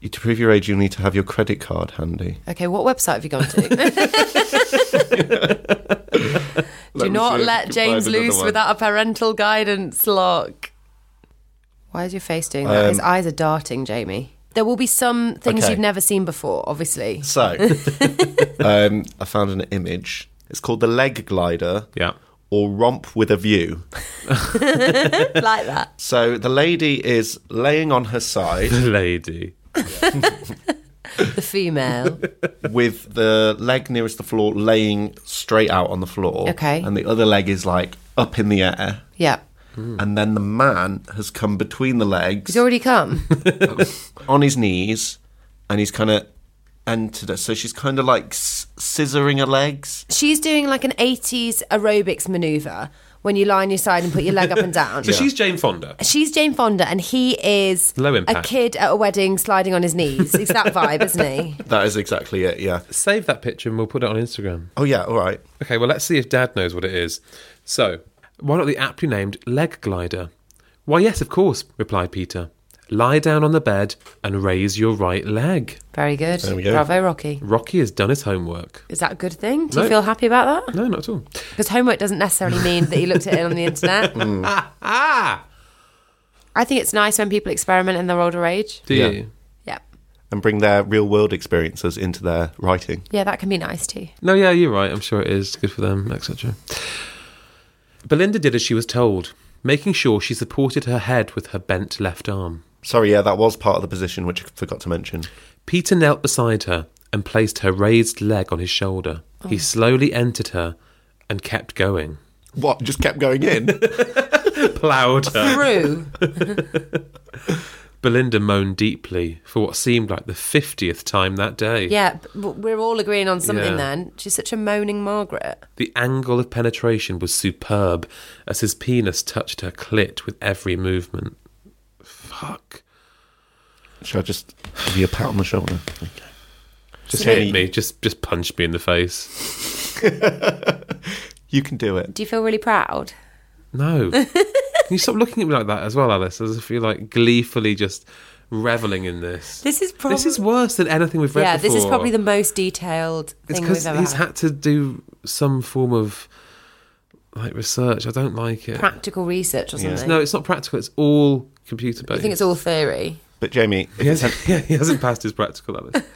S1: You- to prove your age, you'll need to have your credit card handy.
S4: Okay, what website have you gone to? Do not let James loose without a parental guidance lock. Why is your face doing that? His eyes are darting, Jamie. There will be some things
S1: Okay.
S4: you've never seen before, obviously.
S1: So, um, I found an image. It's called the leg glider.
S3: Yeah.
S1: Or romp with a view.
S4: like that.
S1: So the lady is laying on her side
S3: Lady.
S4: The female.
S1: with the leg nearest the floor laying straight out on the floor.
S4: Okay.
S1: And the other leg is like up in the air.
S4: Yeah.
S1: And then the man has come between the legs
S4: He's already come.
S1: on his knees and he's kind of entered her. So she's kind of like s- scissoring her legs.
S4: She's doing like an 80s aerobics maneuver when you lie on your side and put your leg up and down.
S3: So she's Jane Fonda.
S4: She's Jane Fonda, and he is
S3: Low
S4: a
S3: impact.
S4: kid at a wedding sliding on his knees. It's that vibe, isn't he?
S1: That is exactly it, yeah.
S3: Save that picture and we'll put it on Instagram.
S1: Oh, yeah, all right.
S3: Okay, well, let's see if Dad knows what it is. So, why not the aptly named leg glider? Why, yes, of course, replied Peter. Lie down on the bed and raise your right leg.
S4: Very good.
S1: we go.
S4: Bravo, Rocky.
S3: Rocky has done his homework.
S4: Is that a good thing? Do
S3: No.
S4: you feel happy about that?
S3: No, not at all.
S4: Because homework doesn't necessarily mean that he looked at it on the internet.
S3: Ah!
S4: I think it's nice when people experiment in their older age.
S3: Do
S1: Yeah.
S3: you?
S4: Yeah.
S1: And bring their real world experiences into their writing.
S4: Yeah, that can be nice too.
S3: No, yeah, you're right. I'm sure it is good for them, etc. Belinda did as she was told, making sure she supported her head with her bent left arm.
S1: Sorry, yeah, that was part of the position which I forgot to mention.
S3: Peter knelt beside her and placed her raised leg on his shoulder. He slowly entered her and kept going.
S1: What? Just kept going in?
S3: Plowed her.
S4: Brew.
S3: Belinda moaned deeply for what seemed like the 50th time that day.
S4: Yeah, b- w- we're all agreeing on something
S3: Yeah.
S4: then. She's such a moaning Margaret.
S3: The angle of penetration was superb as his penis touched her clit with every movement. Fuck.
S1: Should I just give you a pat on the shoulder?
S3: Just
S1: Sweet.
S3: hit me. Just just punch me in the face.
S1: You can do it.
S4: Do you feel really proud?
S3: No. Can you stop looking at me like that as well, Alice? As if you're like gleefully just reveling in this.
S4: This is probably.
S3: This is worse than anything we've read
S4: yeah,
S3: before.
S4: this is probably the most detailed
S3: It's
S4: thing
S3: because
S4: we've ever
S3: he's
S4: had.
S3: had to do some form of like research. I don't like it.
S4: Practical research or something.
S3: No, it's not practical. It's all computer based.
S4: I think it's all theory.
S1: But Jamie, if
S3: He
S1: it's
S3: hasn't, yeah, he hasn't passed his practical. Alice.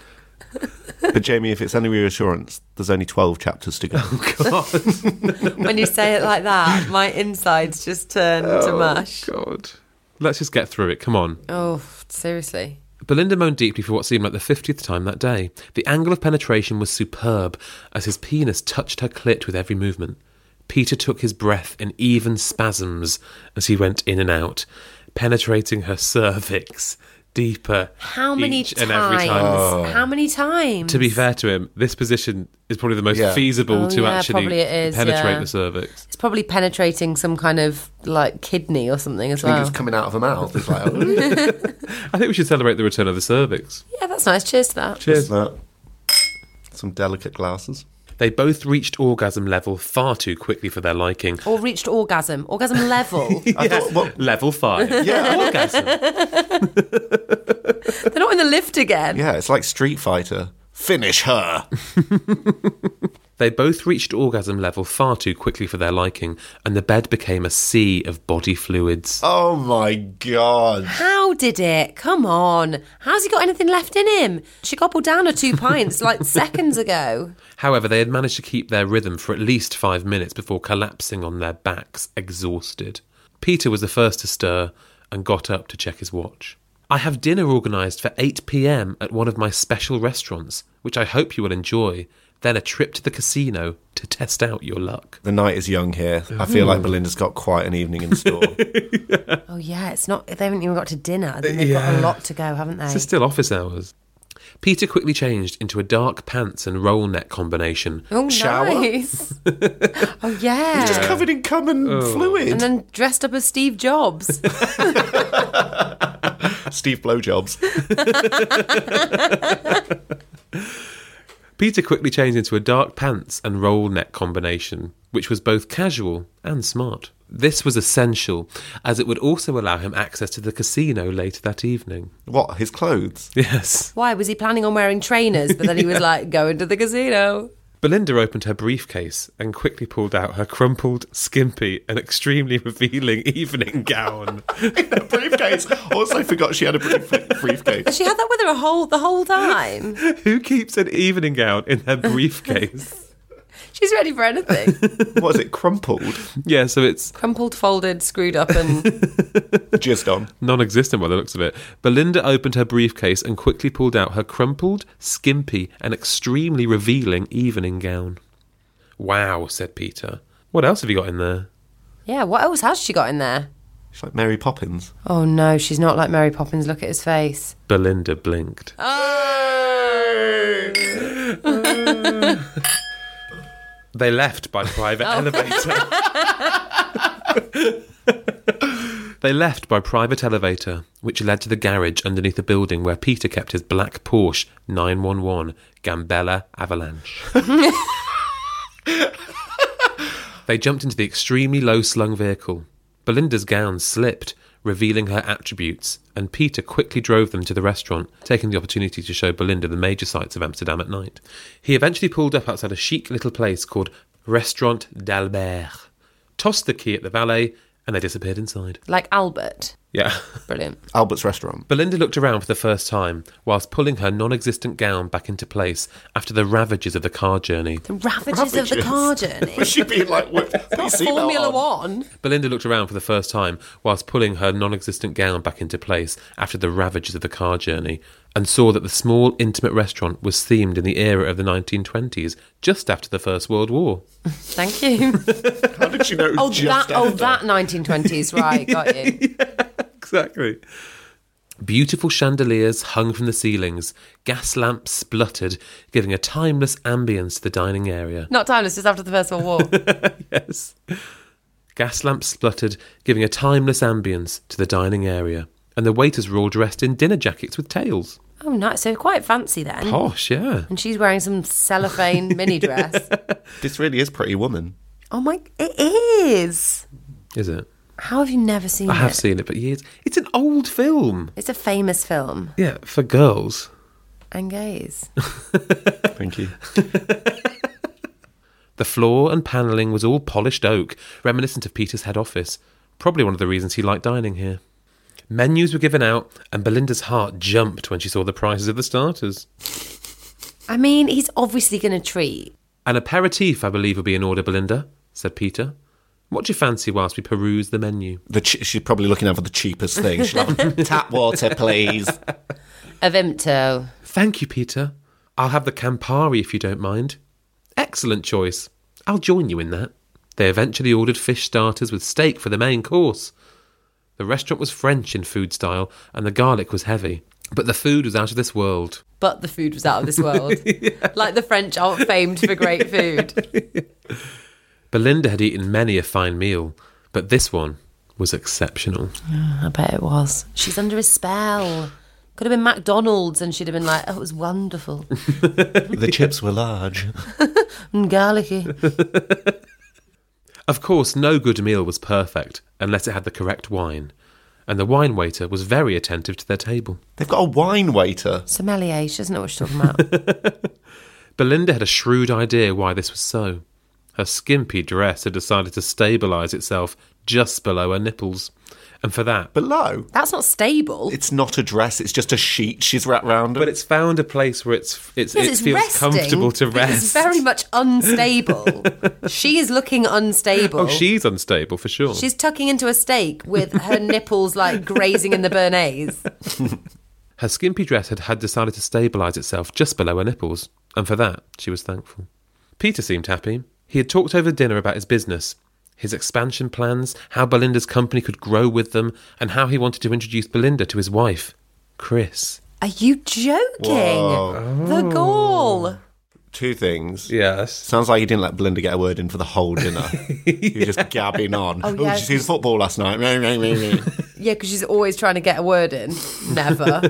S1: But Jamie, if it's any reassurance, there's only twelve chapters to go.
S4: when you say it like that, my insides just turn to mush.
S3: Oh, God. Let's just get through it. Come on.
S4: Oh, seriously.
S3: Belinda moaned deeply for what seemed like the 50th time that day. The angle of penetration was superb as his penis touched her clit with every movement. Peter took his breath in even spasms as he went in and out, penetrating her cervix deeper.
S4: How many
S3: each and
S4: times?
S3: every time? Oh.
S4: How many times?
S3: To be fair to him, this position is probably the most
S1: Yeah.
S3: feasible
S4: Oh,
S3: to
S4: yeah,
S3: actually
S4: probably it is,
S3: penetrate
S4: yeah.
S3: the cervix.
S4: it's probably penetrating some kind of like kidney or something as
S1: I think
S4: well.
S1: it's coming out of her mouth. It's like, oh,
S3: I think we should celebrate the return of the cervix.
S4: yeah, that's nice. Cheers to that.
S1: cheers. That. Some delicate glasses.
S3: They both reached orgasm level far too quickly for their liking.
S4: Or reached orgasm, orgasm level.
S1: I thought, what,
S3: Level five.
S1: Yeah.
S3: Orgasm.
S4: They're not in the lift again.
S1: yeah, it's like Street Fighter. Finish her.
S3: They both reached orgasm level far too quickly for their liking, and the bed became a sea of body fluids.
S1: Oh my god.
S4: How did it? Come on. How's he got anything left in him? She gobbled down her two pints like seconds ago.
S3: However, they had managed to keep their rhythm for at least five minutes before collapsing on their backs, exhausted. Peter was the first to stir and got up to check his watch. I have dinner organised for 8 pm at one of my special restaurants, which I hope you will enjoy, then a trip to the casino to test out your luck.
S1: The night is young here. I feel like Belinda's got quite an evening in store.
S4: Oh, yeah, it's not, they haven't even got to dinner.
S1: Uh,
S4: I think they've got a lot to go, haven't they?
S3: This is still office hours. Peter quickly changed into a dark pants and roll neck combination.
S4: oh,
S1: Shower?
S4: nice. oh, yeah.
S1: Just covered in cum and fluid.
S4: and then dressed up as Steve Jobs.
S1: Steve blowjobs.
S3: Peter quickly changed into a dark pants and roll neck combination, which was both casual and smart. This was essential, as it would also allow him access to the casino later that evening.
S1: What? His clothes?
S3: Yes.
S4: Why? Was he planning on wearing trainers? But then he was like, going to the casino.
S3: Belinda opened her briefcase and quickly pulled out her crumpled, skimpy, and extremely revealing evening gown.
S1: A briefcase. Also forgot she had a brief- briefcase.
S4: She had that with her a whole, the whole time.
S3: Who keeps an evening gown in their briefcase?
S4: She's ready for anything.
S1: What is it? Crumpled?
S3: yeah, so it's
S4: Crumpled, folded, screwed up, and
S1: Jizzed on.
S3: non existent by the looks of it. Belinda opened her briefcase and quickly pulled out her crumpled, skimpy, and extremely revealing evening gown. Wow, said Peter. What else have you got in there?
S4: yeah. What else has she got in there?
S1: She's like Mary Poppins.
S4: Oh no, she's not like Mary Poppins. Look at his face.
S3: Belinda blinked. They left by private elevator. they left by private elevator, which led to the garage underneath the building where Peter kept his black Porsche 911 Gambella Avalanche. they jumped into the extremely low slung vehicle. Belinda's gown slipped, revealing her attributes, and Peter quickly drove them to the restaurant, taking the opportunity to show Belinda the major sights of Amsterdam at night. He eventually pulled up outside a chic little place called Restaurant d'Albert, tossed the key at the valet, and they disappeared inside.
S4: Like Albert.
S3: Yeah.
S4: Brilliant.
S1: Albert's restaurant.
S3: Belinda looked around for the first time, whilst pulling her non existent gown back into place after the ravages of the car journey.
S4: The ravages, of the car journey.
S1: Was she being like, whipped?
S4: Not Formula One.
S3: Belinda looked around for the first time whilst pulling her non existent gown back into place after the ravages of the car journey and saw that the small, intimate restaurant was themed in the era of the 1920s, just after the First World War.
S4: Thank you.
S1: How did she know?
S4: Oh
S1: just
S4: that. Oh
S1: after?
S4: that 1920s. Right. Got you.
S3: Exactly. Beautiful chandeliers hung from the ceilings, gas lamps spluttered, giving a timeless ambience to the dining area.
S4: Not timeless. Just after the First World War.
S3: yes. Gas lamps spluttered, giving a timeless ambience to the dining area, and the waiters were all dressed in dinner jackets with tails.
S4: Oh, nice. So quite fancy then.
S3: Posh, yeah.
S4: And she's wearing some cellophane mini dress.
S1: This really is Pretty Woman.
S4: Oh my! It is.
S3: Is it?
S4: How have you never seen
S3: I have
S4: it?
S3: seen it, but years. It's an old film.
S4: It's a famous film.
S3: Yeah, for girls.
S4: And gays.
S1: Thank you.
S3: The floor and panelling was all polished oak, reminiscent of Peter's head office. Probably one of the reasons he liked dining here. Menus were given out, and Belinda's heart jumped when she saw the prices of the starters.
S4: I mean, he's obviously going to treat.
S3: An aperitif, I believe, will be in order, Belinda, said Peter. What do you fancy whilst we peruse the menu?
S1: The ch- she's probably looking out for the cheapest thing. She's like, tap water, please.
S4: A Vimto.
S3: Thank you, Peter. I'll have the Campari if you don't mind. Excellent choice. I'll join you in that, They eventually ordered fish starters with steak for the main course. The restaurant was French in food style, and the garlic was heavy. But the food was out of this world.
S4: But the food was out of this world. Like the French aren't famed for great food.
S3: Belinda had eaten many a fine meal, but this one was exceptional.
S4: I bet it was. She's under a spell. Could have been McDonald's and she'd have been like, oh, it was wonderful.
S1: The chips were large.
S4: And Mm, garlicky.
S3: Of course, no good meal was perfect unless it had the correct wine, and the wine waiter was very attentive to their table.
S1: They've got a wine waiter.
S4: Sommelier, she doesn't know what she's talking about.
S3: Belinda had a shrewd idea why this was so. Her skimpy dress had decided to stabilise itself just below her nipples, and for that,
S1: Below.
S4: That's not stable.
S1: It's not a dress, it's just a sheet she's wrapped round it.
S3: but it's found a place where it's, it's
S4: Because
S3: it feels
S4: resting,
S3: comfortable to
S4: but
S3: rest. Oh,
S4: It's very much unstable. she is looking unstable.
S3: oh, she's unstable for sure.
S4: She's tucking into a steak with her nipples like grazing in the Bernays.
S3: Her skimpy dress had, had decided to stabilise itself just below her nipples, and for that she was thankful. Peter seemed happy. He had talked over dinner about his business, his expansion plans, how Belinda's company could grow with them, and how he wanted to introduce Belinda to his wife, Chris.
S4: Are you joking?
S1: Whoa.
S4: The gall.
S1: Two things.
S3: Yes.
S1: Sounds like you didn't let Belinda get a word in for the whole dinner. You're just gabbing on. Oh,
S4: yeah.
S1: did you see the football last night? Meh, meh, meh, meh.
S4: Yeah, because she's always trying to get a word in. Never.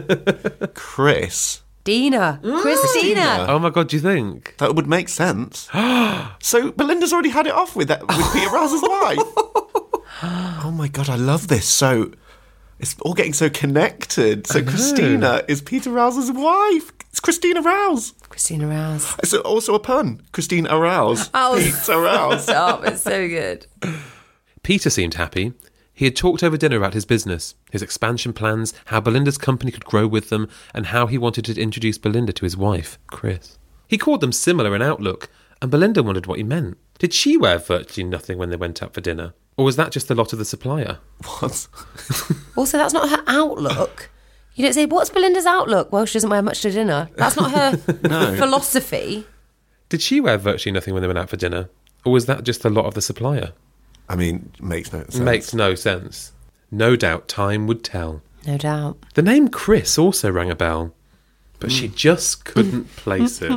S1: Chris.
S4: Dina. Mm. Christina.
S3: Oh my god, do you think?
S1: That would make sense. so Belinda's already had it off with that with Peter Raz's wife. oh my god, I love this. So it's all getting so connected. So Christina is Peter Rouse's wife. It's Christina Rouse.
S4: Christina Rouse.
S1: It's also a pun. Christina Rouse.
S4: Oh.
S1: Peter Rouse.
S4: Stop. It's so good.
S3: Peter seemed happy. He had talked over dinner about his business, his expansion plans, how Belinda's company could grow with them, and how he wanted to introduce Belinda to his wife, Chris. He called them similar in outlook, and Belinda wondered what he meant. Did she wear virtually nothing when they went out for dinner? Or was that just the lot of the supplier?
S1: What?
S4: Also, that's not her outlook. You don't say, what's Belinda's outlook? Well, she doesn't wear much to dinner. That's not her philosophy.
S3: Did she wear virtually nothing when they went out for dinner? Or was that just the lot of the supplier?
S1: I mean, makes no sense.
S3: Makes no sense. No doubt time would tell.
S4: No doubt.
S3: The name Chris also rang a bell, but she just couldn't place it.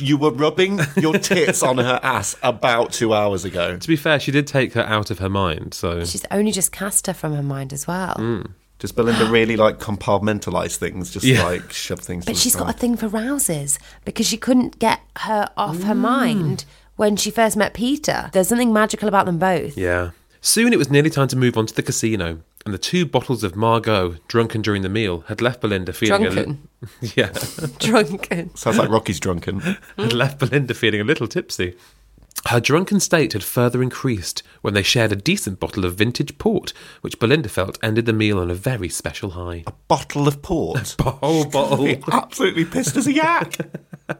S1: You were rubbing your tits on her ass about two hours ago.
S3: To be fair, she did take her out of her mind, so
S4: She's only just cast her from her mind as well.
S3: Mm,
S1: Does Belinda really like compartmentalise things? Just
S3: Yeah.
S1: like shove things.
S4: But
S1: to
S4: she's
S1: the
S4: got a
S1: side?
S4: thing for rouses because she couldn't get her off
S3: Mm.
S4: her mind when she first met Peter. There's something magical about them both.
S3: yeah. Soon it was nearly time to move on to the casino, and the two bottles of Margot, drunken during the meal, had left Belinda feeling
S4: Drunken.
S3: a li- yeah,
S4: Drunken.
S1: Sounds like Rocky's drunken.
S3: had left Belinda feeling a little tipsy. Her drunken state had further increased when they shared a decent bottle of vintage port, which Belinda felt ended the meal on a very special high.
S1: bottle of port.
S3: A whole bottle.
S1: He
S3: it
S1: absolutely pissed as a yak.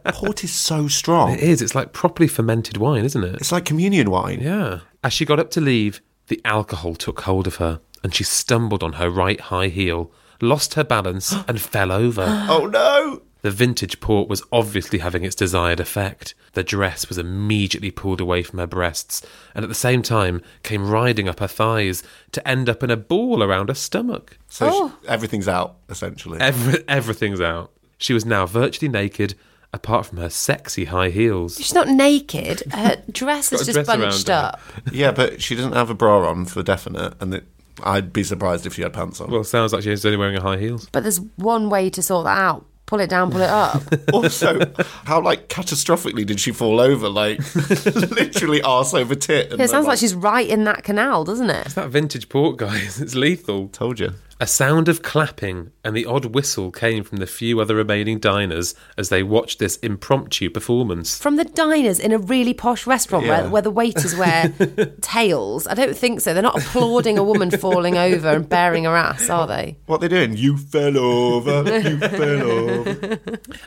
S1: port is so strong.
S3: is. It's like properly fermented wine, isn't it?
S1: It's like communion wine.
S3: Yeah. As she got up to leave, the alcohol took hold of her, and she stumbled on her right high heel, lost her balance, and fell over.
S1: Oh no!
S3: The vintage port was obviously having its desired effect. The dress was immediately pulled away from her breasts, and at the same time came riding up her thighs to end up in a ball around her stomach.
S1: So
S4: Oh,
S1: she- everything's out essentially.
S3: Every- everything's out. She was now virtually naked, apart from her sexy high heels.
S4: She's not naked. Her dress
S3: got
S4: is
S3: a
S4: just
S3: dress around
S4: bunched
S3: her.
S4: up.
S1: yeah, but she doesn't have a bra on for definite, and it, I'd be surprised if she had pants on.
S3: Well, sounds like she was only wearing her high heels.
S4: But there's one way to sort that out. Pull it down, pull it up.
S1: also, how like catastrophically did she fall over? Like literally arse over tit. And
S4: Yeah, it sounds
S1: then,
S4: like she's right in that canal, doesn't it?
S3: That vintage port, guys, it's lethal.
S1: told you.
S3: A sound of clapping and the odd whistle came from the few other remaining diners as they watched this impromptu performance.
S4: From the diners in a really posh restaurant
S1: Yeah.
S4: where, where the waiters wear tails. I don't think so. They're not applauding a woman falling over and baring her ass, are they?
S1: What they doing? You fell over. You fell over.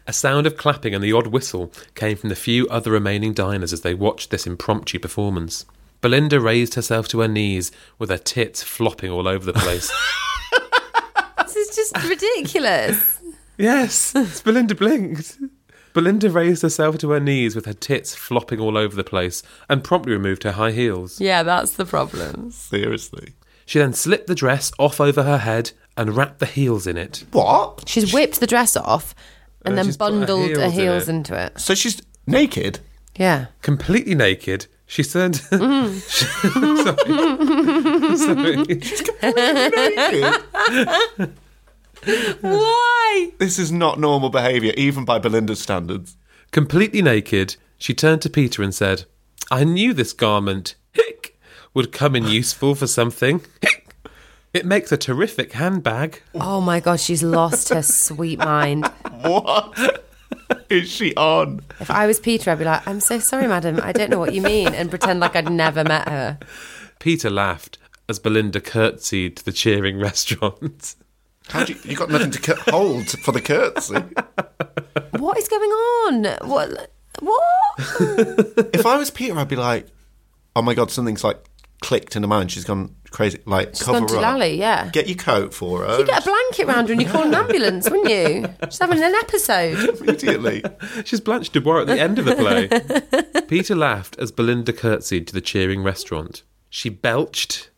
S3: A sound of clapping and the odd whistle came from the few other remaining diners as they watched this impromptu performance. Belinda raised herself to her knees with her tits flopping all over the place.
S4: This is just ridiculous.
S3: yes, it's Belinda blinked. Belinda raised herself to her knees with her tits flopping all over the place and promptly removed her high heels.
S4: Yeah, that's the problem.
S1: Seriously.
S3: She then slipped the dress off over her head and wrapped the heels in it.
S1: What?
S4: She's whipped the dress off and
S3: Uh,
S4: then
S3: she's put her
S4: bundled
S3: heels
S4: her
S3: in
S4: heels
S3: it.
S4: into it.
S1: So she's naked?
S4: Yeah.
S3: Completely naked, she said. Sorry. Sorry.
S1: naked?
S4: Why?
S1: This is not normal behaviour, even by Belinda's standards.
S3: Completely naked, she turned to Peter and said, I knew this garment, hick, would come in useful for something. Hick. It makes a terrific handbag.
S4: Oh my god, she's lost her sweet mind.
S1: What is she on?
S4: If I was Peter, I'd be like, I'm so sorry, madam. I don't know what you mean. And pretend like I'd never met her.
S3: Peter laughed as Belinda curtsied to the cheering restaurant.
S1: How do you, you got nothing to cut, hold for the curtsy.
S4: What is going on? What? What?
S1: If I was Peter, I'd be like, oh my God, something's like clicked in her mind. She's gone crazy. Like,
S4: She's
S1: cover
S4: gone to
S1: her up.
S4: Lally, yeah.
S1: Get your coat for her.
S4: You get a blanket round her and you call an ambulance, wouldn't you? She's having an episode.
S1: immediately.
S3: She's Blanche Dubois at the end of the play. Peter laughed as Belinda curtsied to the cheering restaurant. She belched,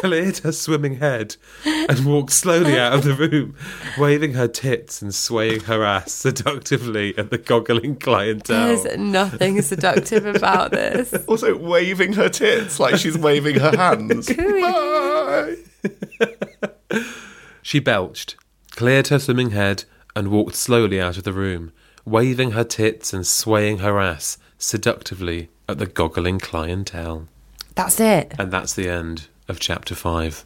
S3: cleared her swimming head, and walked slowly out of the room, waving her tits and swaying her ass seductively at the goggling clientele.
S4: There's nothing seductive about this.
S1: Also waving her tits like she's waving her hands. Bye.
S3: She belched, cleared her swimming head, and walked slowly out of the room, waving her tits and swaying her ass seductively at the goggling clientele.
S4: That's it.
S3: And that's the end of chapter five.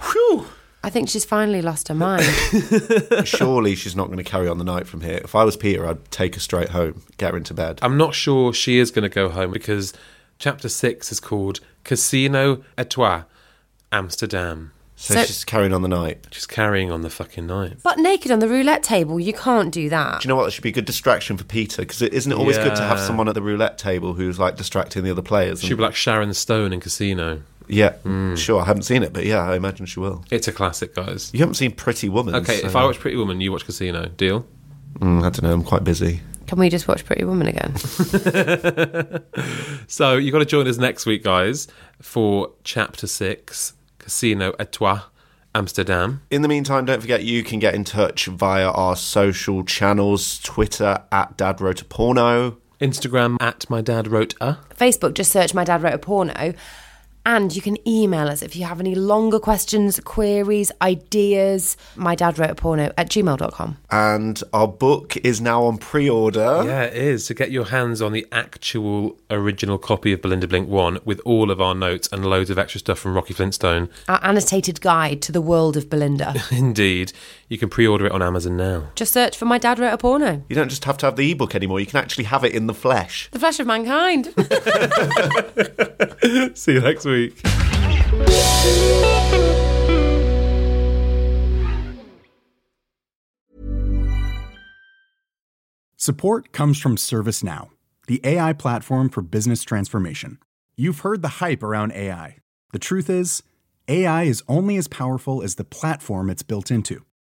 S1: Phew.
S4: I think she's finally lost her mind.
S1: Surely she's not going to carry on the night from here. If I was Peter, I'd take her straight home, get her into bed.
S3: I'm not sure she is going to go home because chapter six is called Casino Etoile, Amsterdam.
S1: So,
S4: So-
S1: she's carrying on the night.
S3: She's carrying on the fucking night.
S4: But naked on the roulette table, you can't do that.
S1: Do you know what? That should be a good distraction for Peter because isn't it always good to have
S3: Yeah.
S1: someone at the roulette table who's like distracting the other players? and-
S3: She'll be like Sharon Stone in Casino.
S1: yeah,
S3: Hmm.
S1: sure. I haven't seen it, but yeah, I imagine she will.
S3: It's a classic, guys.
S1: You haven't seen Pretty Woman.
S3: Okay,
S1: so-
S3: if I watch Pretty Woman, you watch Casino. Deal?
S1: Mm, I don't know. I'm quite busy.
S4: Can we just watch Pretty Woman again?
S3: So you've got to join us next week, guys, for chapter six Casino Etoile, Amsterdam.
S1: In the meantime, don't forget you can get in touch via our social channels: Twitter at Dad Wrote a Porno,
S3: Instagram at my dad wrote a.
S4: Facebook, just search My Dad Wrote a Porno. And you can email us if you have any longer questions, queries, ideas. My dad wrote a porno at gmail.com.
S1: and our book is now on pre-order.
S3: Yeah, it is. To get your hands on the actual original copy of Belinda Blink 1 with all of our notes and loads of extra stuff from Rocky Flintstone,
S4: Our annotated guide to the world of Belinda.
S3: indeed, you can pre order it on Amazon now.
S4: just search for My Dad Wrote a Porno.
S1: You don't just have to have the ebook anymore. You can actually have it in the flesh.
S4: The Flesh of Mankind.
S3: See you next week.
S6: Support comes from ServiceNow, the AI platform for business transformation. You've heard the hype around AI. The truth is, AI is only as powerful as the platform it's built into.